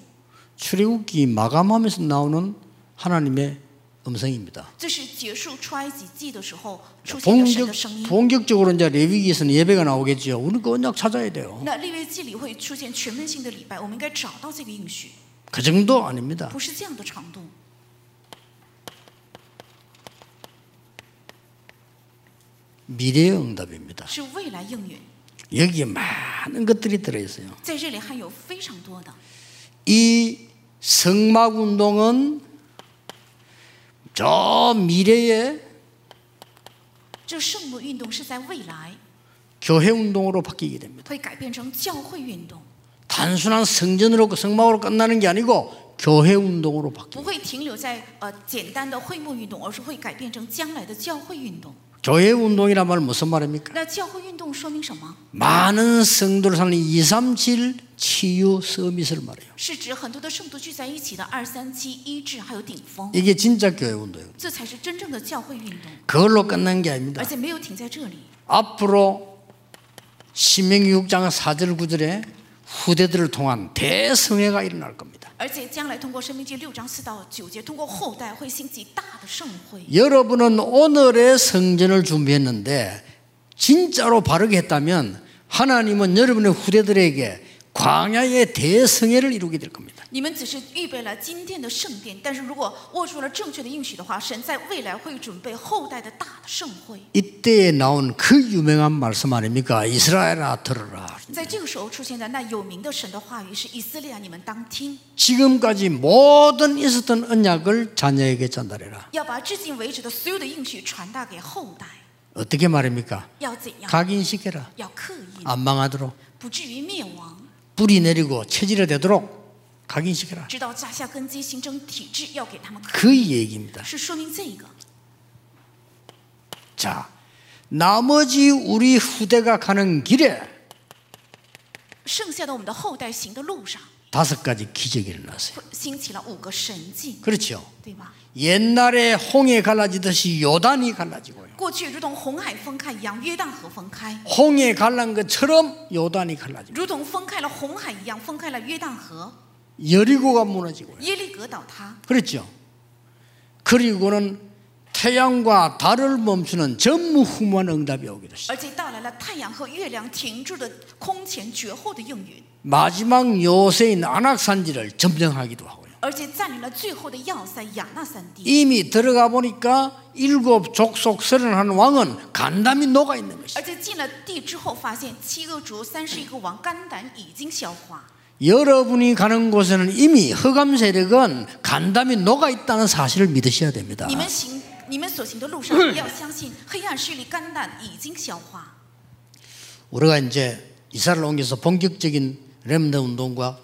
Speaker 1: 출애굽기 마감하면서 나오는 하나님의 음성입니다.
Speaker 2: 这是结束出埃及记的时候出现
Speaker 1: 본격
Speaker 2: 的神的声音。
Speaker 1: 본격적으로 이제 레위기에서는 예배가 나오겠죠. 우리 그 언약 찾아야 돼요.
Speaker 2: 那立位记里会出现全面性的礼拜，我们应该找到这个应许，
Speaker 1: 그 정도 아닙니다.
Speaker 2: 不是这样的长度。
Speaker 1: 미래의 응답입니다.
Speaker 2: 是未来应允，
Speaker 1: 여기에 많은 것들이 들어 있어요.
Speaker 2: 在这里还有非常多的。
Speaker 1: 이 성막 운동은 저 미래의
Speaker 2: 这圣母运动是在未来
Speaker 1: 교회 운동으로 바뀌게 됩니다.
Speaker 2: 会改变成教会运动，
Speaker 1: 단순한 성전으로 성막으로 끝나는 게 아니고 교회 운동으로 바뀌.
Speaker 2: 不会停留在呃简单的会幕运动，而是会改变成将来的教会运动。
Speaker 1: 교회 운동이란 말은 무슨 말입니까?
Speaker 2: 那教会运动说明什么？
Speaker 1: 많은 성도를 살리는 2, 3, 7 치유 서밋을 말해요.
Speaker 2: 是指很多的圣徒聚在一起的二三七医治还有顶峰，
Speaker 1: 이게 진짜 교회 운동이에요.
Speaker 2: 这才是真正的教会运动，
Speaker 1: 그걸로 끝난 게 아닙니다.
Speaker 2: 而且没有停在这里。
Speaker 1: 앞으로 신명기 6장 4절 9절에 후대들을 통한 대성회가 일어날 겁니다.
Speaker 2: 而且将来通过《生命记》六章四到九节，通过后代会兴起大的盛会。
Speaker 1: 여러분은 오늘의 성전을 준비했는데 진짜로 바르게 했다면 하나님은 여러분의 후대들에게 광야의 대성회를 이루게 될 겁니다.
Speaker 2: 你们只是预备了今天的圣殿，但是如果握住了正确的应许的话，神在未来会准备后代的大的盛会。
Speaker 1: 이때에 나온 그 유명한 말씀 아닙니까? 이스라엘아 들어라.
Speaker 2: 在这个时候出现在那有名的神的话语是以色列啊，你们当听，
Speaker 1: 지금까지 모든 있었던 언약을 자녀에게 전달해라.
Speaker 2: 要把至今为止的所有的应许传达给后代，
Speaker 1: 어떻게 말입니까?
Speaker 2: 要怎样？
Speaker 1: 각인시켜라.
Speaker 2: 要刻意，
Speaker 1: 안 망하도록.
Speaker 2: 不至于灭亡，
Speaker 1: 뿌리 내리고 체질에 되도록 각인시켜라.
Speaker 2: 直到扎下根基，形成体制，要给他们刻，
Speaker 1: 그 얘기입니다.
Speaker 2: 是说明这个。
Speaker 1: 자, 나머지 우리 후대가 가는 길에
Speaker 2: 剩下的我们的后代行的路上，
Speaker 1: 다섯 가지 기적이 일어났어요.
Speaker 2: 兴起了五个神迹，
Speaker 1: 그렇죠.
Speaker 2: 对吧？
Speaker 1: 옛날에 홍해 갈라지듯이 요단이 갈라지고요.
Speaker 2: 过去如同红海分开一样，约旦河分开，
Speaker 1: 홍해 갈란 것처럼 요단이 갈라지고
Speaker 2: 如同分开了红海一样，分开了约旦河，
Speaker 1: 여리고가 무너지고요.
Speaker 2: 耶利哥倒塌，
Speaker 1: 그렇죠. 그리고는 태양과 달을 멈추는 전무후무한 응답이 오기도 했어요.
Speaker 2: 而且带来了太阳和月亮停住的空前绝后的应允，
Speaker 1: 마지막 요새인 안악산지를 점령하기도 하고요.
Speaker 2: 而且占领了最后的要塞亚那山地。
Speaker 1: 이미 들어가 보니까 일곱 족속 서른한 왕은 간담이 녹아 있는 것이죠.
Speaker 2: 而且进了地之后，发现七个族三十一个王肝胆已经消化。
Speaker 1: 여러분이 가는 곳에는 이미 허감 세력은 간담이 녹아 있다는 사실을 믿으셔야 됩니다.
Speaker 2: 你们行，你们所行的路上，
Speaker 1: 嗯
Speaker 2: 要相信黑暗势力肝胆已经消化。
Speaker 1: 우리가 이제 이사를 옮겨서 본격적인 렘드 운동과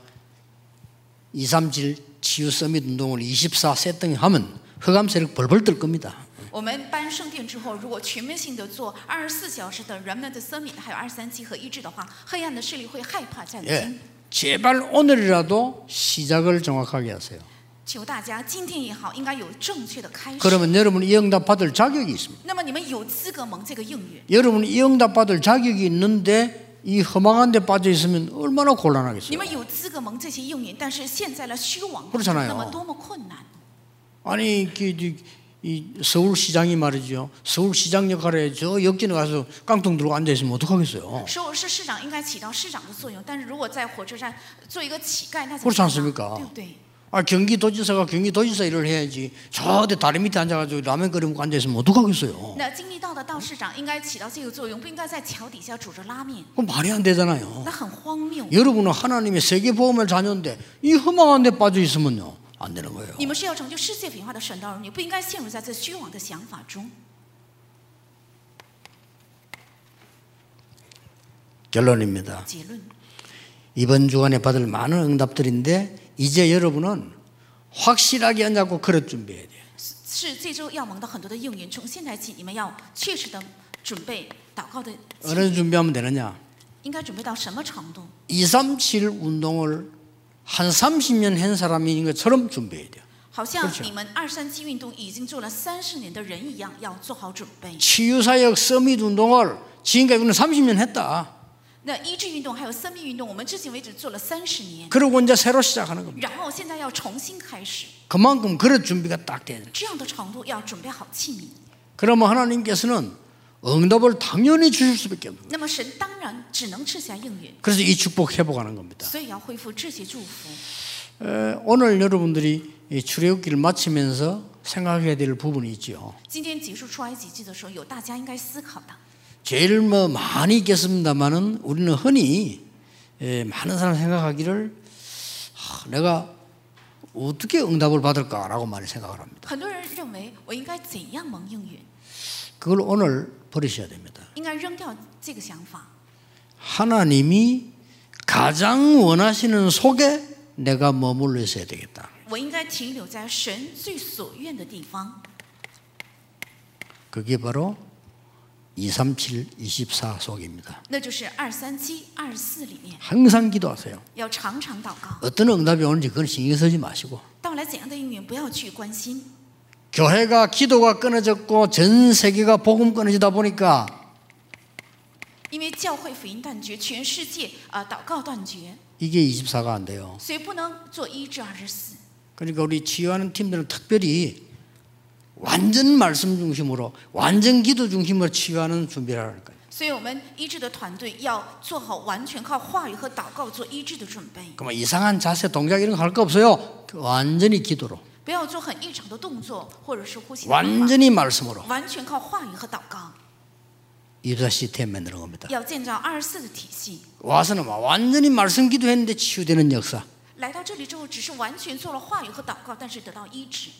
Speaker 1: 237 치유 서밋 운동을 24 세팅 하면 허감 세력 벌벌 뜰 겁니다.
Speaker 2: 我们搬圣殿之后，如果全面性的做二十四小时的 Remnant Summit，还有二三七和一致的话，黑暗的势力会害怕战惊。
Speaker 1: 예. 제발 오늘이라도 시작을 정확하게 하세요.
Speaker 2: 求大家今天也好，应该有正确的开始。
Speaker 1: 그러면 여러분 이 응답 받을 자격이 있습니다.
Speaker 2: 那么你们有资格蒙这个应允。
Speaker 1: 여러분 이 응답 받을 자격이 있는데 이 허망한 데 빠져 있으면 얼마나
Speaker 2: 你
Speaker 1: 곤란하겠어요.
Speaker 2: 们有资格蒙这些应允，但是现在了虚妄，
Speaker 1: 不是常常有
Speaker 2: 那么多么困难。
Speaker 1: 아니 그, 이- 이 서울시장이 말이죠. 서울시장 역할에 저 역진에 가서 깡통 들고 앉아 있으면 어떡하겠어요.
Speaker 2: 首尔市市长应该起到市长的作用，但是如果在火车站做一个乞丐，那怎
Speaker 1: 不
Speaker 2: 么
Speaker 1: 是常
Speaker 2: 办
Speaker 1: 识
Speaker 2: 呢
Speaker 1: 没搞
Speaker 2: 对不对？
Speaker 1: 아 경기도지사가 경기도지사 일을 해야지. 저대 다리 밑에 앉아가지고 라면 끓여 먹고 앉아 있으면 어떡하겠어요.
Speaker 2: 那经历到的到市长应该起到这个作用，不应该在桥底下煮着拉面，
Speaker 1: 그건 말이 안 되잖아요.
Speaker 2: 那很荒谬。
Speaker 1: 여러분은 하나님의 세계 보험을 자녀인데 이 허망한 데 빠져 있으면요 안 되는 거예요.
Speaker 2: 你们是要成就世界品化的神道儿女，不应该陷入在这虚妄的想法中。
Speaker 1: 결론입니다.
Speaker 2: 结论：
Speaker 1: 이번 주간에 받을 많은 응답들인데 이제 여러분은 확실하게 앉았고 그릇 준비해야 돼요.
Speaker 2: 是这周要蒙的很多的应允，从现在起你们要确实的准备祷告的，
Speaker 1: 어느 준비하면 되느냐?
Speaker 2: 应该准备到什么程度？
Speaker 1: 237 운동을 한 30년 한 사람인 것처럼 준비해야 돼요.
Speaker 2: 好像你们二三七运动已经做了三十年的人一样，要做好准备。
Speaker 1: 치유사역 서밋 운동을 지금까지 우리는 30년 했다.
Speaker 2: 那医治运动还有生命运动，我们至今为止做了三十年，
Speaker 1: 그리고 이제 새로 시작하는 겁니다.
Speaker 2: 然后现在要重新开始，
Speaker 1: 그만큼 그릇 준비가 딱 돼야 돼요.
Speaker 2: 这样的程度要准备好器皿。
Speaker 1: 그러면 하나님께서는 응답을 당연히 주실 수밖에 없는 거예요.
Speaker 2: 那么神当然只能赐下应允，
Speaker 1: 그래서 이 축복 회복하는 겁니다.
Speaker 2: 所以要恢复这些祝福。
Speaker 1: 에, 오늘 여러분들이 이 출애굽기를 마치면서 생각해야 될 부분이 있죠.
Speaker 2: 今天结束出埃及记的时候，有大家应该思考的。
Speaker 1: 제일 뭐 많이 있겠습니다만은 우리는 흔히 에, 많은 사람 생각하기를 하, 내가 어떻게 응답을 받을까라고 많이 생각을 합니다.
Speaker 2: 很多人认为我应该怎样蒙应允，
Speaker 1: 그걸 오늘 버리셔야 됩니다.
Speaker 2: 应该扔掉这个想法。
Speaker 1: 하나님이 가장 원하시는 속에 내가 머물러 있어야 되겠다.
Speaker 2: 我应该停留在神最所愿的地方，
Speaker 1: 그게 바로 237, 24 속입니다.
Speaker 2: 那就是二三七、二四里面，
Speaker 1: 항상 기도하세요.
Speaker 2: 要常常祷告。
Speaker 1: 어떤 응답이 오는지 그건 신경 쓰지 마시고
Speaker 2: 到来怎样的应允，不要去关心。
Speaker 1: 교회가 기도가 끊어졌고 전 세계가 복음 끊어지다 보니까
Speaker 2: 因为教会福音断绝，全世界啊、祷告断绝，
Speaker 1: 이게 24가 안 돼요.
Speaker 2: 所以不能做一至二十四。
Speaker 1: 그러니까 우리 치유하는 팀들은 특별히 완전 말씀 중심으로 완전 기도 중심으로 치유하는 준비를 할 거예요.
Speaker 2: 所以我们医治的团队要做好完全靠话语和祷告做医治的准备，
Speaker 1: 그러면 이상한 자세 동작 이런 거 할 거 없어요. 완전히 기도로
Speaker 2: 不要做很异常的动作或者是呼吸的方法，
Speaker 1: 완전히 말씀으로
Speaker 2: 完全靠话语和祷告，
Speaker 1: 이사 시스템 만드는 겁니다.
Speaker 2: 要建造二十四的体系。
Speaker 1: 와서는 막 완전히 말씀 기도했는데 치유되는 역사.
Speaker 2: 来到这里之后，只是完全做了话语和祷告，但是得到医治，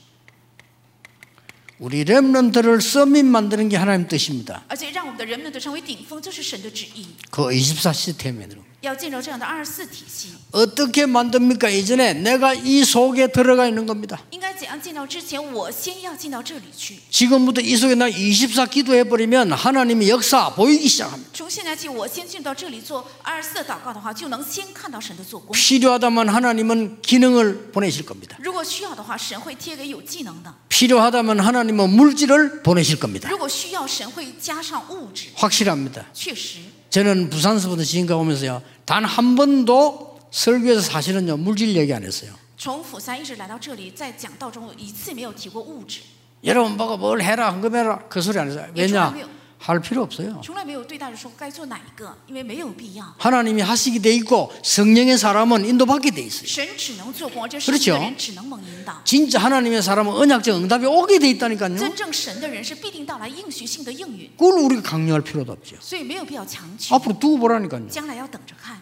Speaker 1: 우리 렘런트를 서밋 만드는 게 하나님 뜻입니다.
Speaker 2: 而且让我们的人们都成为顶峰，这是神的旨意。
Speaker 1: 그 24 시스템 만드는 겁니다.
Speaker 2: 要建造这样的二十四体系，
Speaker 1: 어떻게 만듭니까? 이전에 내가 이 속에 들어가 있는 겁니다.
Speaker 2: 应该怎样建造？之前我先要进到这里去。
Speaker 1: 지금부터 이 속에 나 24 기도해 버리면 하나님의 역사 보이기 시작합니다.
Speaker 2: 从现在起，我先进到这里做二十四祷告的话，就能先看到神的做工。
Speaker 1: 필요하다면 하나님은 기능을 보내실 겁니다.
Speaker 2: 如果需要的话，神会贴给有技能的；
Speaker 1: 필요하다면 하나님은 물질을 보내실 겁니다.
Speaker 2: 如果需要，神会加上物质。
Speaker 1: 확실합니다.
Speaker 2: 确实，
Speaker 1: 저는 부산서부터 지금까지 오면서요. 단 한 번도 설교에서 사실은요. 물질 얘기 안 했어요.
Speaker 2: 从釜山一直来到这里，在讲道中我一次没有提过物质，
Speaker 1: 여러분 보고 뭘 해라 헌금해라 그 소리 안 했어요. 왜냐? 할 필요 없어요.
Speaker 2: 从来没有对大家说该做哪一个，因为没有必要。
Speaker 1: 하나님이 하시게 돼 있고 성령의 사람은 인도받게 돼 있어요.
Speaker 2: 神只能做工，这
Speaker 1: 그렇죠
Speaker 2: 神的人只能蒙引导。
Speaker 1: 진짜 하나님의 사람은 언약적 응답이 오게 돼 있다니까요.
Speaker 2: 真正神的人是必定到来应许性的应允，
Speaker 1: 그걸 우리가 강요할 필요도 없죠.
Speaker 2: 所以没有必要强求，
Speaker 1: 앞으로 두고 보라니까요.
Speaker 2: 将来要等着看。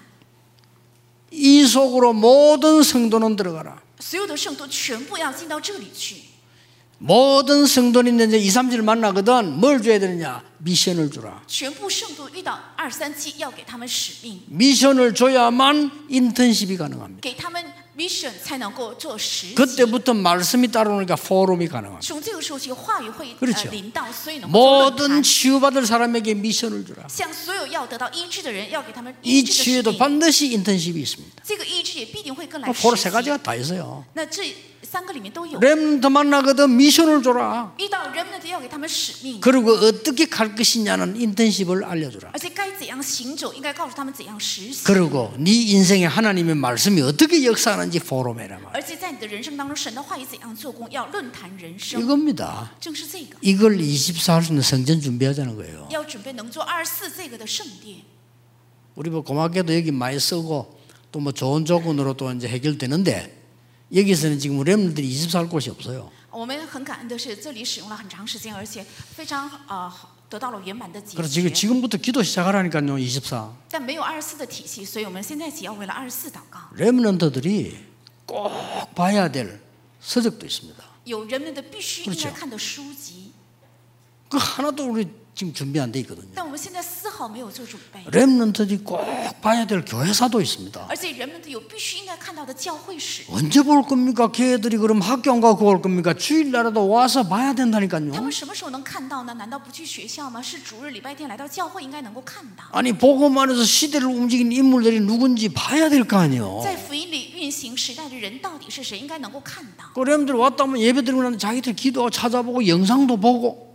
Speaker 1: 이 속으로 모든 성도는 들어가라.
Speaker 2: 所有的圣徒全部要进到这里去。
Speaker 1: 모든 성도는 이제 2, 3일 만나거든 뭘 줘야 되느냐? 미션을 주라.
Speaker 2: 全部圣徒遇到二三七，要给他们使命，
Speaker 1: 미션을 줘야만 인턴십이 가능합니다.
Speaker 2: 给他们 mission 才能够做实习。
Speaker 1: 그때부터 말씀이 따라오니까 포럼이 가능합니다.
Speaker 2: 从这个时候起，话语会
Speaker 1: 그렇죠
Speaker 2: 呃临到，所以能够做论
Speaker 1: 모든
Speaker 2: 坛
Speaker 1: 치유받을 사람에게 미션을 주라.
Speaker 2: 向所有要得到医治的人，要给他们
Speaker 1: 이
Speaker 2: 医治的使
Speaker 1: 치유도 啊
Speaker 2: 命。
Speaker 1: 반드시 인턴십이 있습니다.
Speaker 2: 这个医治也必定会跟来
Speaker 1: 뭐,
Speaker 2: 实
Speaker 1: 포로 세
Speaker 2: 习。
Speaker 1: 가지가 다 있어요.
Speaker 2: 那这三个里面都有。
Speaker 1: 렘더 만나거든 미션을 줘라.
Speaker 2: 遇到人们的要给他们使命，
Speaker 1: 그리고 어떻게 갈 것이냐는 인턴십을 알려주라.
Speaker 2: 而且该怎样行走，应该告诉他们怎样实行。
Speaker 1: 그리고 네 인생에 하나님의 말씀이 어떻게 역사하는지 포럼해라 말.
Speaker 2: 而且在你的人生当中，神的话语怎样做工，要论坛人生，
Speaker 1: 이겁니다.
Speaker 2: 正是这个，
Speaker 1: 이걸 24할 수 있는 성전 준비하자는 거예요.
Speaker 2: 要准备能做二四这个的圣殿。
Speaker 1: 우리 뭐 고맙게도 여기 많이 쓰고 또 뭐 좋은 조건으로 또 이제 해결되는데 여기서는 지금 우리 렘들이 24할 곳이 없어요.
Speaker 2: 我们很感恩的是，这里使用了很长时间，而且非常呃好得到了圆满的解
Speaker 1: 그래서
Speaker 2: 决
Speaker 1: 지금 。 지금부터 기도 시작하라니까요. 24.
Speaker 2: 但没有二十四的体系，所以我们现在起要为了二十四祷告。
Speaker 1: 렘넌트들이 꼭 봐야 될 서적도 있습니다.
Speaker 2: 有人们的必须
Speaker 1: 그렇죠
Speaker 2: 应该看的书籍，
Speaker 1: 그 하나도 우리 지금 준비 안 돼 있거든요.
Speaker 2: 但我们现在丝毫没有做准备。
Speaker 1: 嗯 렘넌트들이 꼭 봐야 될 교회사도 있습니다.
Speaker 2: 而且人们的有必须应该看到的教会史，
Speaker 1: 언제 볼 겁니까? 걔들이 그럼 학교 안 가고 올 겁니까? 주일날에도 와서 봐야 된다니까요.
Speaker 2: 他们什么时候能看到呢？难道不去学校吗？是主日礼拜天来到教会应该能够看到。
Speaker 1: 아니 복음 안에서 시대를 움직이는 인물들이 누군지 봐야 될 거 아니에요.
Speaker 2: 在福音里运行时代的人到底是谁，应该能够看到。
Speaker 1: 그 렘들 왔다 하면 예배 드리고 나면 자기들 기도 찾아보고 영상도 보고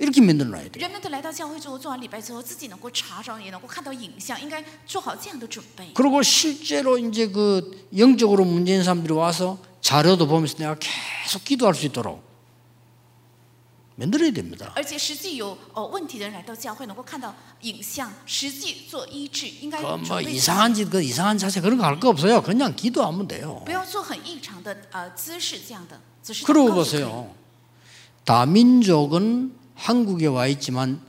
Speaker 1: 이렇게 만들어놔야 돼요.
Speaker 2: 人们都来到教会之后，做完礼拜之后，自己能够查找，也能够看到影像，应该做好这样的准备。
Speaker 1: 그리고 실제로 이제 그 영적으로 문제인 사람들이 와서 자료도 보면서 내가 계속 기도할 수 있도록 만들어야 됩니다.
Speaker 2: 而且实际有呃问题的人来到教会，能够看到影像，实际做医治，应该
Speaker 1: 그 뭐
Speaker 2: 准备
Speaker 1: 이상한 짓, 그 이상한 자세 그런 거 할 거 없어요. 그냥 기도하면 돼요.
Speaker 2: 不要做很异常的呃姿势这样的姿势祷
Speaker 1: 그러고
Speaker 2: 告就可以。
Speaker 1: 보세요. 다민족은 한국에 와 있지만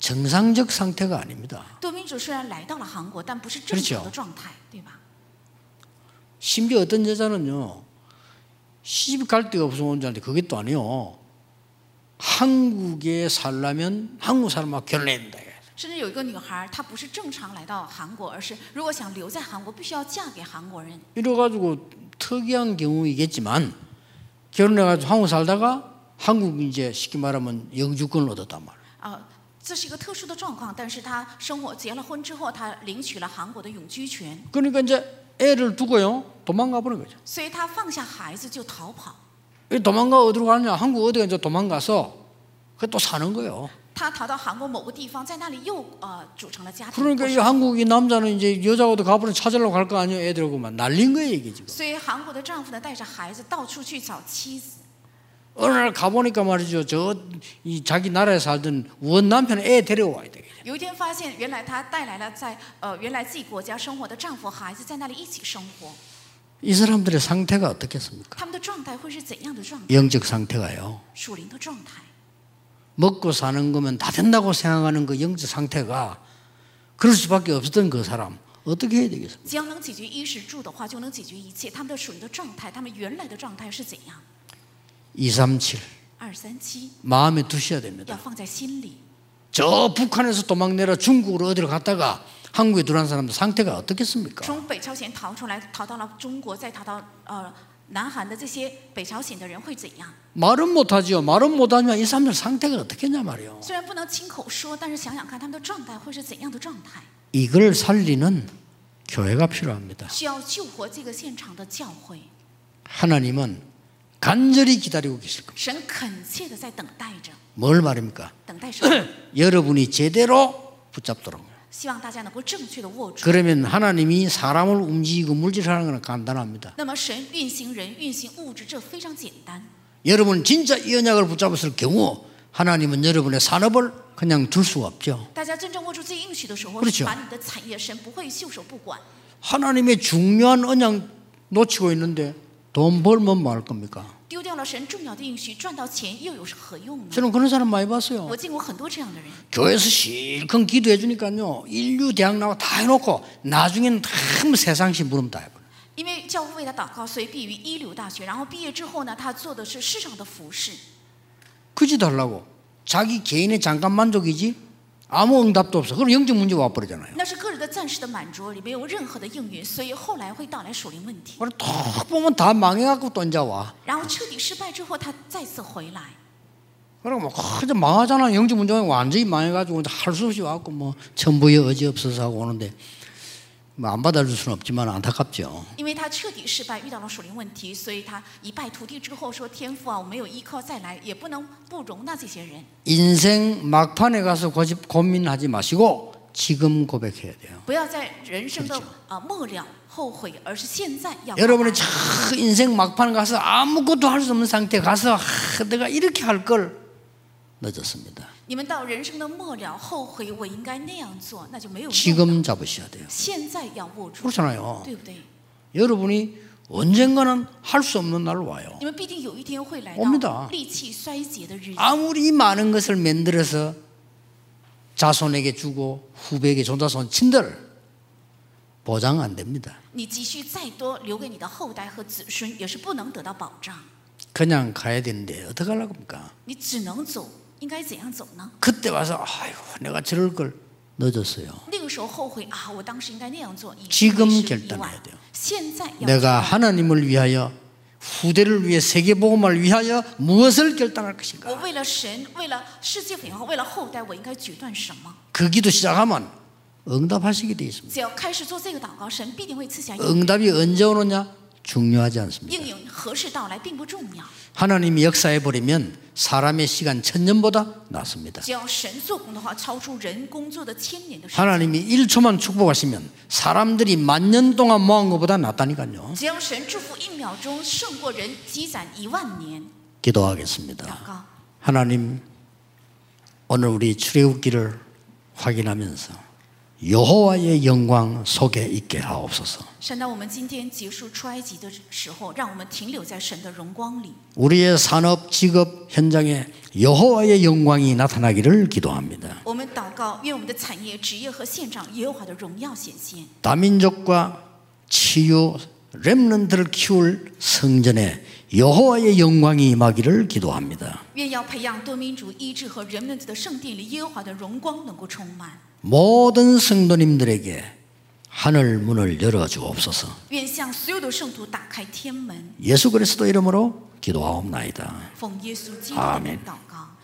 Speaker 1: 정상적 상태가 아닙니다.
Speaker 2: 多民主虽然来到了韩国，但不是正常
Speaker 1: 그렇죠
Speaker 2: 的状态，对吧？
Speaker 1: 심지어 어떤 여자는요. 시집 갈 데가 없어 온 자인데 그게 또 아니요. 한국에 살려면 한국 사람하고 결혼해야 된다.
Speaker 2: 甚至有一个女孩，她不是正常来到韩国，而是如果想留在韩国，必须要嫁给韩国人。
Speaker 1: 이래가지고 특이한 경우이겠지만 결혼해가지고 한국 살다가 한국 이제 쉽게 말하면 영주권을 얻었단 말이에요.
Speaker 2: 啊，这是一个特殊的状况，但是他生活结了婚之后，他领取了韩国的永居权，
Speaker 1: 그러니까 이제 애를 두고요 도망가 버린 거죠.
Speaker 2: 所以他放下孩子就逃跑。
Speaker 1: 이 도망가 어디로 가느냐? 한국 어디가 이제 도망가서 그 또 사는 거예요.
Speaker 2: 他逃到韩国某个地方，在那里又呃组成了家庭。
Speaker 1: 그러니까 이 한국이 남자는 이제 여자하고도 가버려 찾으려고 갈 거 아니에요. 애들하고 막 날린 거예요 이게 지금.
Speaker 2: 所以韩国的丈夫呢，带着孩子到处去找妻子。
Speaker 1: 어느 날 가보니까 말이죠. 저 이 자기 나라에 살던 원 남편 애 데려와야 되겠죠.
Speaker 2: 有一天发现，原来他带来了在呃原来自己国家生活的丈夫、孩子在那里一起生活，
Speaker 1: 이 사람들의 상태가 어떻겠습니까?
Speaker 2: 他们的状态会是怎样的状态？
Speaker 1: 영적 상태가요.
Speaker 2: 属灵的状态。
Speaker 1: 먹고 사는 거면 다 된다고 생각하는 그 영적 상태가 그럴 수밖에 없었던 그 사람 어떻게 해야 되겠습니까?
Speaker 2: 只要能解决衣食住的话，就能解决一切。他们的属灵的状态，他们原来的状态是怎样？
Speaker 1: 237
Speaker 2: 二三七
Speaker 1: 마음에 두셔야
Speaker 2: 要
Speaker 1: 됩니다.
Speaker 2: 放在心里。
Speaker 1: 저 북한에서 도망 내려 중국으로 어디로 갔다가 한국에 들어온 사람들 상태가 어떻겠습니까?
Speaker 2: 从北朝鲜逃出来，逃到了中国，再逃到呃南韩的这些北朝鲜的人会怎样？
Speaker 1: 말은 못하지요. 말은 못하지만 이 사람들 상태가 어떻겠냐 말이요.
Speaker 2: 虽然不能亲口说，但是想想看，他们的状态会是怎样的状态？
Speaker 1: 이걸 살리는 교회가 필요합니다.
Speaker 2: 需要救活这个现场的教会。
Speaker 1: 하나님은 간절히 기다리고 계실 겁니다.
Speaker 2: 神恳切的在等待着，
Speaker 1: 뭘 말입니까?
Speaker 2: 等待
Speaker 1: *coughs*
Speaker 2: 什么？
Speaker 1: 여러분이 제대로 붙잡도록.
Speaker 2: 希望大家能够正确的握住。
Speaker 1: 그러면 하나님이 사람을 움직이고 물질하는 건 간단합니다.
Speaker 2: 那么，神运行人、运行物质，这非常简单。
Speaker 1: 여러분 진짜 이 언약을 붙잡았을 경우 하나님은 여러분의 산업을 그냥 둘 수가 없죠.
Speaker 2: 大家真正握住这应许的时候，
Speaker 1: 그렇죠
Speaker 2: 是把你的产业，神不会袖手不管。
Speaker 1: 하나님의 중요한 언약 놓치고 있는데 돈 벌면 뭐 할 겁니까?
Speaker 2: 丢掉了神重要的应许，赚到钱又有何用呢？
Speaker 1: 저는 그런 사람 많이 봤어요.
Speaker 2: 我见过很多这样的人，
Speaker 1: 교회에서 실컷 기도해 주니까요. 인류 대학 나와 다 해놓고 나중에는 다뭐 세상식 물음 다 해버려.
Speaker 2: 因为教会为他祷告，所以毕业于一流大学。然后毕业之后呢，他做的是市场的服饰，
Speaker 1: 그지 달라고. 자기 개인의 잠깐 만족이지 아무 응답도 없어. 그럼 영적 문제 와버리잖아요.
Speaker 2: 那是个人的暂时的满足，里没有任何的应允，所以后来会带来属灵问题。
Speaker 1: 그래 탁 보면 다 망해갖고 또 이제 와.
Speaker 2: 然后彻底失败之后，他再次回来。
Speaker 1: 그러고 뭐 그저 망하잖아. 영적 문제가 완전히 망해가지고 할 수 없이 와갖고 뭐 천부에 어지 없어서 하고 오는데 뭐 안 받아줄 수는 없지만 안타깝죠.
Speaker 2: 因为他彻底失败，遇到了属灵问题，所以他一败涂地之后说：“天父啊，我没有依靠再来，也不能不容纳这些人。
Speaker 1: 인생 막판에 가서 고집, 고민하지 마시고 지금 고백해야 돼요.
Speaker 2: 不要在人生的啊末了后悔，而是现在要。”
Speaker 1: 여러분이 저 인생 막판 가서 아무것도 할 수 없는 상태 에 가서 아, 내가 이렇게 할 걸 늦었습니다.
Speaker 2: 你们到人生的末了后悔，我应该那样做，那就没有用。
Speaker 1: 지금 잡으셔야 돼요.
Speaker 2: 现在要握住，
Speaker 1: 그렇잖아요.
Speaker 2: 对不对？
Speaker 1: 여러분이 언젠가는 할 수 없는 날 와요.
Speaker 2: 你们必定有一天会来
Speaker 1: 옵니다
Speaker 2: 到力气衰竭的日子。
Speaker 1: 아무리 많은 것을 만들어서 자손에게 주고 후배에게 존자손 친들 보장 안 됩니다.
Speaker 2: 你积蓄再多，留给你的后代和子孙也是不能得到保障。
Speaker 1: 그냥 가야 되는데 어떻게 하려고 합니까?
Speaker 2: 你只能走，应该怎样走呢？
Speaker 1: 그때 와서 아이고 내가 저럴 걸 늦었어요.
Speaker 2: 那个时候后悔啊，我当时应该那样做，以
Speaker 1: 지금
Speaker 2: 为时
Speaker 1: 결
Speaker 2: 已
Speaker 1: 단해야
Speaker 2: 晚
Speaker 1: 돼요 。
Speaker 2: 现在要
Speaker 1: 내가 하나님을 위하여 후대를 위해 세계 복음을 위하여 무엇을 결단할
Speaker 2: 我
Speaker 1: 것인가?
Speaker 2: 为了神，为了世界美好，为了后代，我应该决断什么？
Speaker 1: 그 기도 시작하면 응답하시게 돼 있습니다.
Speaker 2: 只要开始做这个祷告，神必定会赐下应允。
Speaker 1: 응답이 언제 오느냐 중요하지
Speaker 2: 应
Speaker 1: 않습니다.
Speaker 2: 允何时到来并不重要，
Speaker 1: 하나님이 역사해 버리면 사람의 시간 천년보다 낫습니다.
Speaker 2: 只要神做工的话，超出人工作的千年的时间。
Speaker 1: 하나님이 1초만 축복하시면 사람들이 만 년 동안 모은 것보다 낫다니까요.
Speaker 2: 只要神祝福一秒钟，胜过人积攒一万年。
Speaker 1: 기도하겠습니다.
Speaker 2: 祷告，
Speaker 1: 하나님 오늘 우리 출애굽기를 확인하면서 여호와의 영광 속에 있게 하옵소서.
Speaker 2: 神啊到我们今天结束出埃及的时候，让我们停留在神的荣光里。
Speaker 1: 우리의 산업 직업 현장에 여호와의 영광이 나타나기를 기도합니다.
Speaker 2: 我们祷告，愿我们的产业、职业和现场耶和华的荣耀显现。
Speaker 1: 다민족과 치유 렘넌트를 키울 성전에 여호와의 영광이 임하기를 기도합니다.
Speaker 2: 愿要培养多民族医治和人们的圣殿里耶和华的荣光能够充满。
Speaker 1: 모든 성도님들에게 하늘 문을 열어 주옵소서.
Speaker 2: 愿向所有的圣徒打开天门。
Speaker 1: 예수 그리스도 이름으로 기도하옵나이다.
Speaker 2: 奉耶稣基督的名祷告。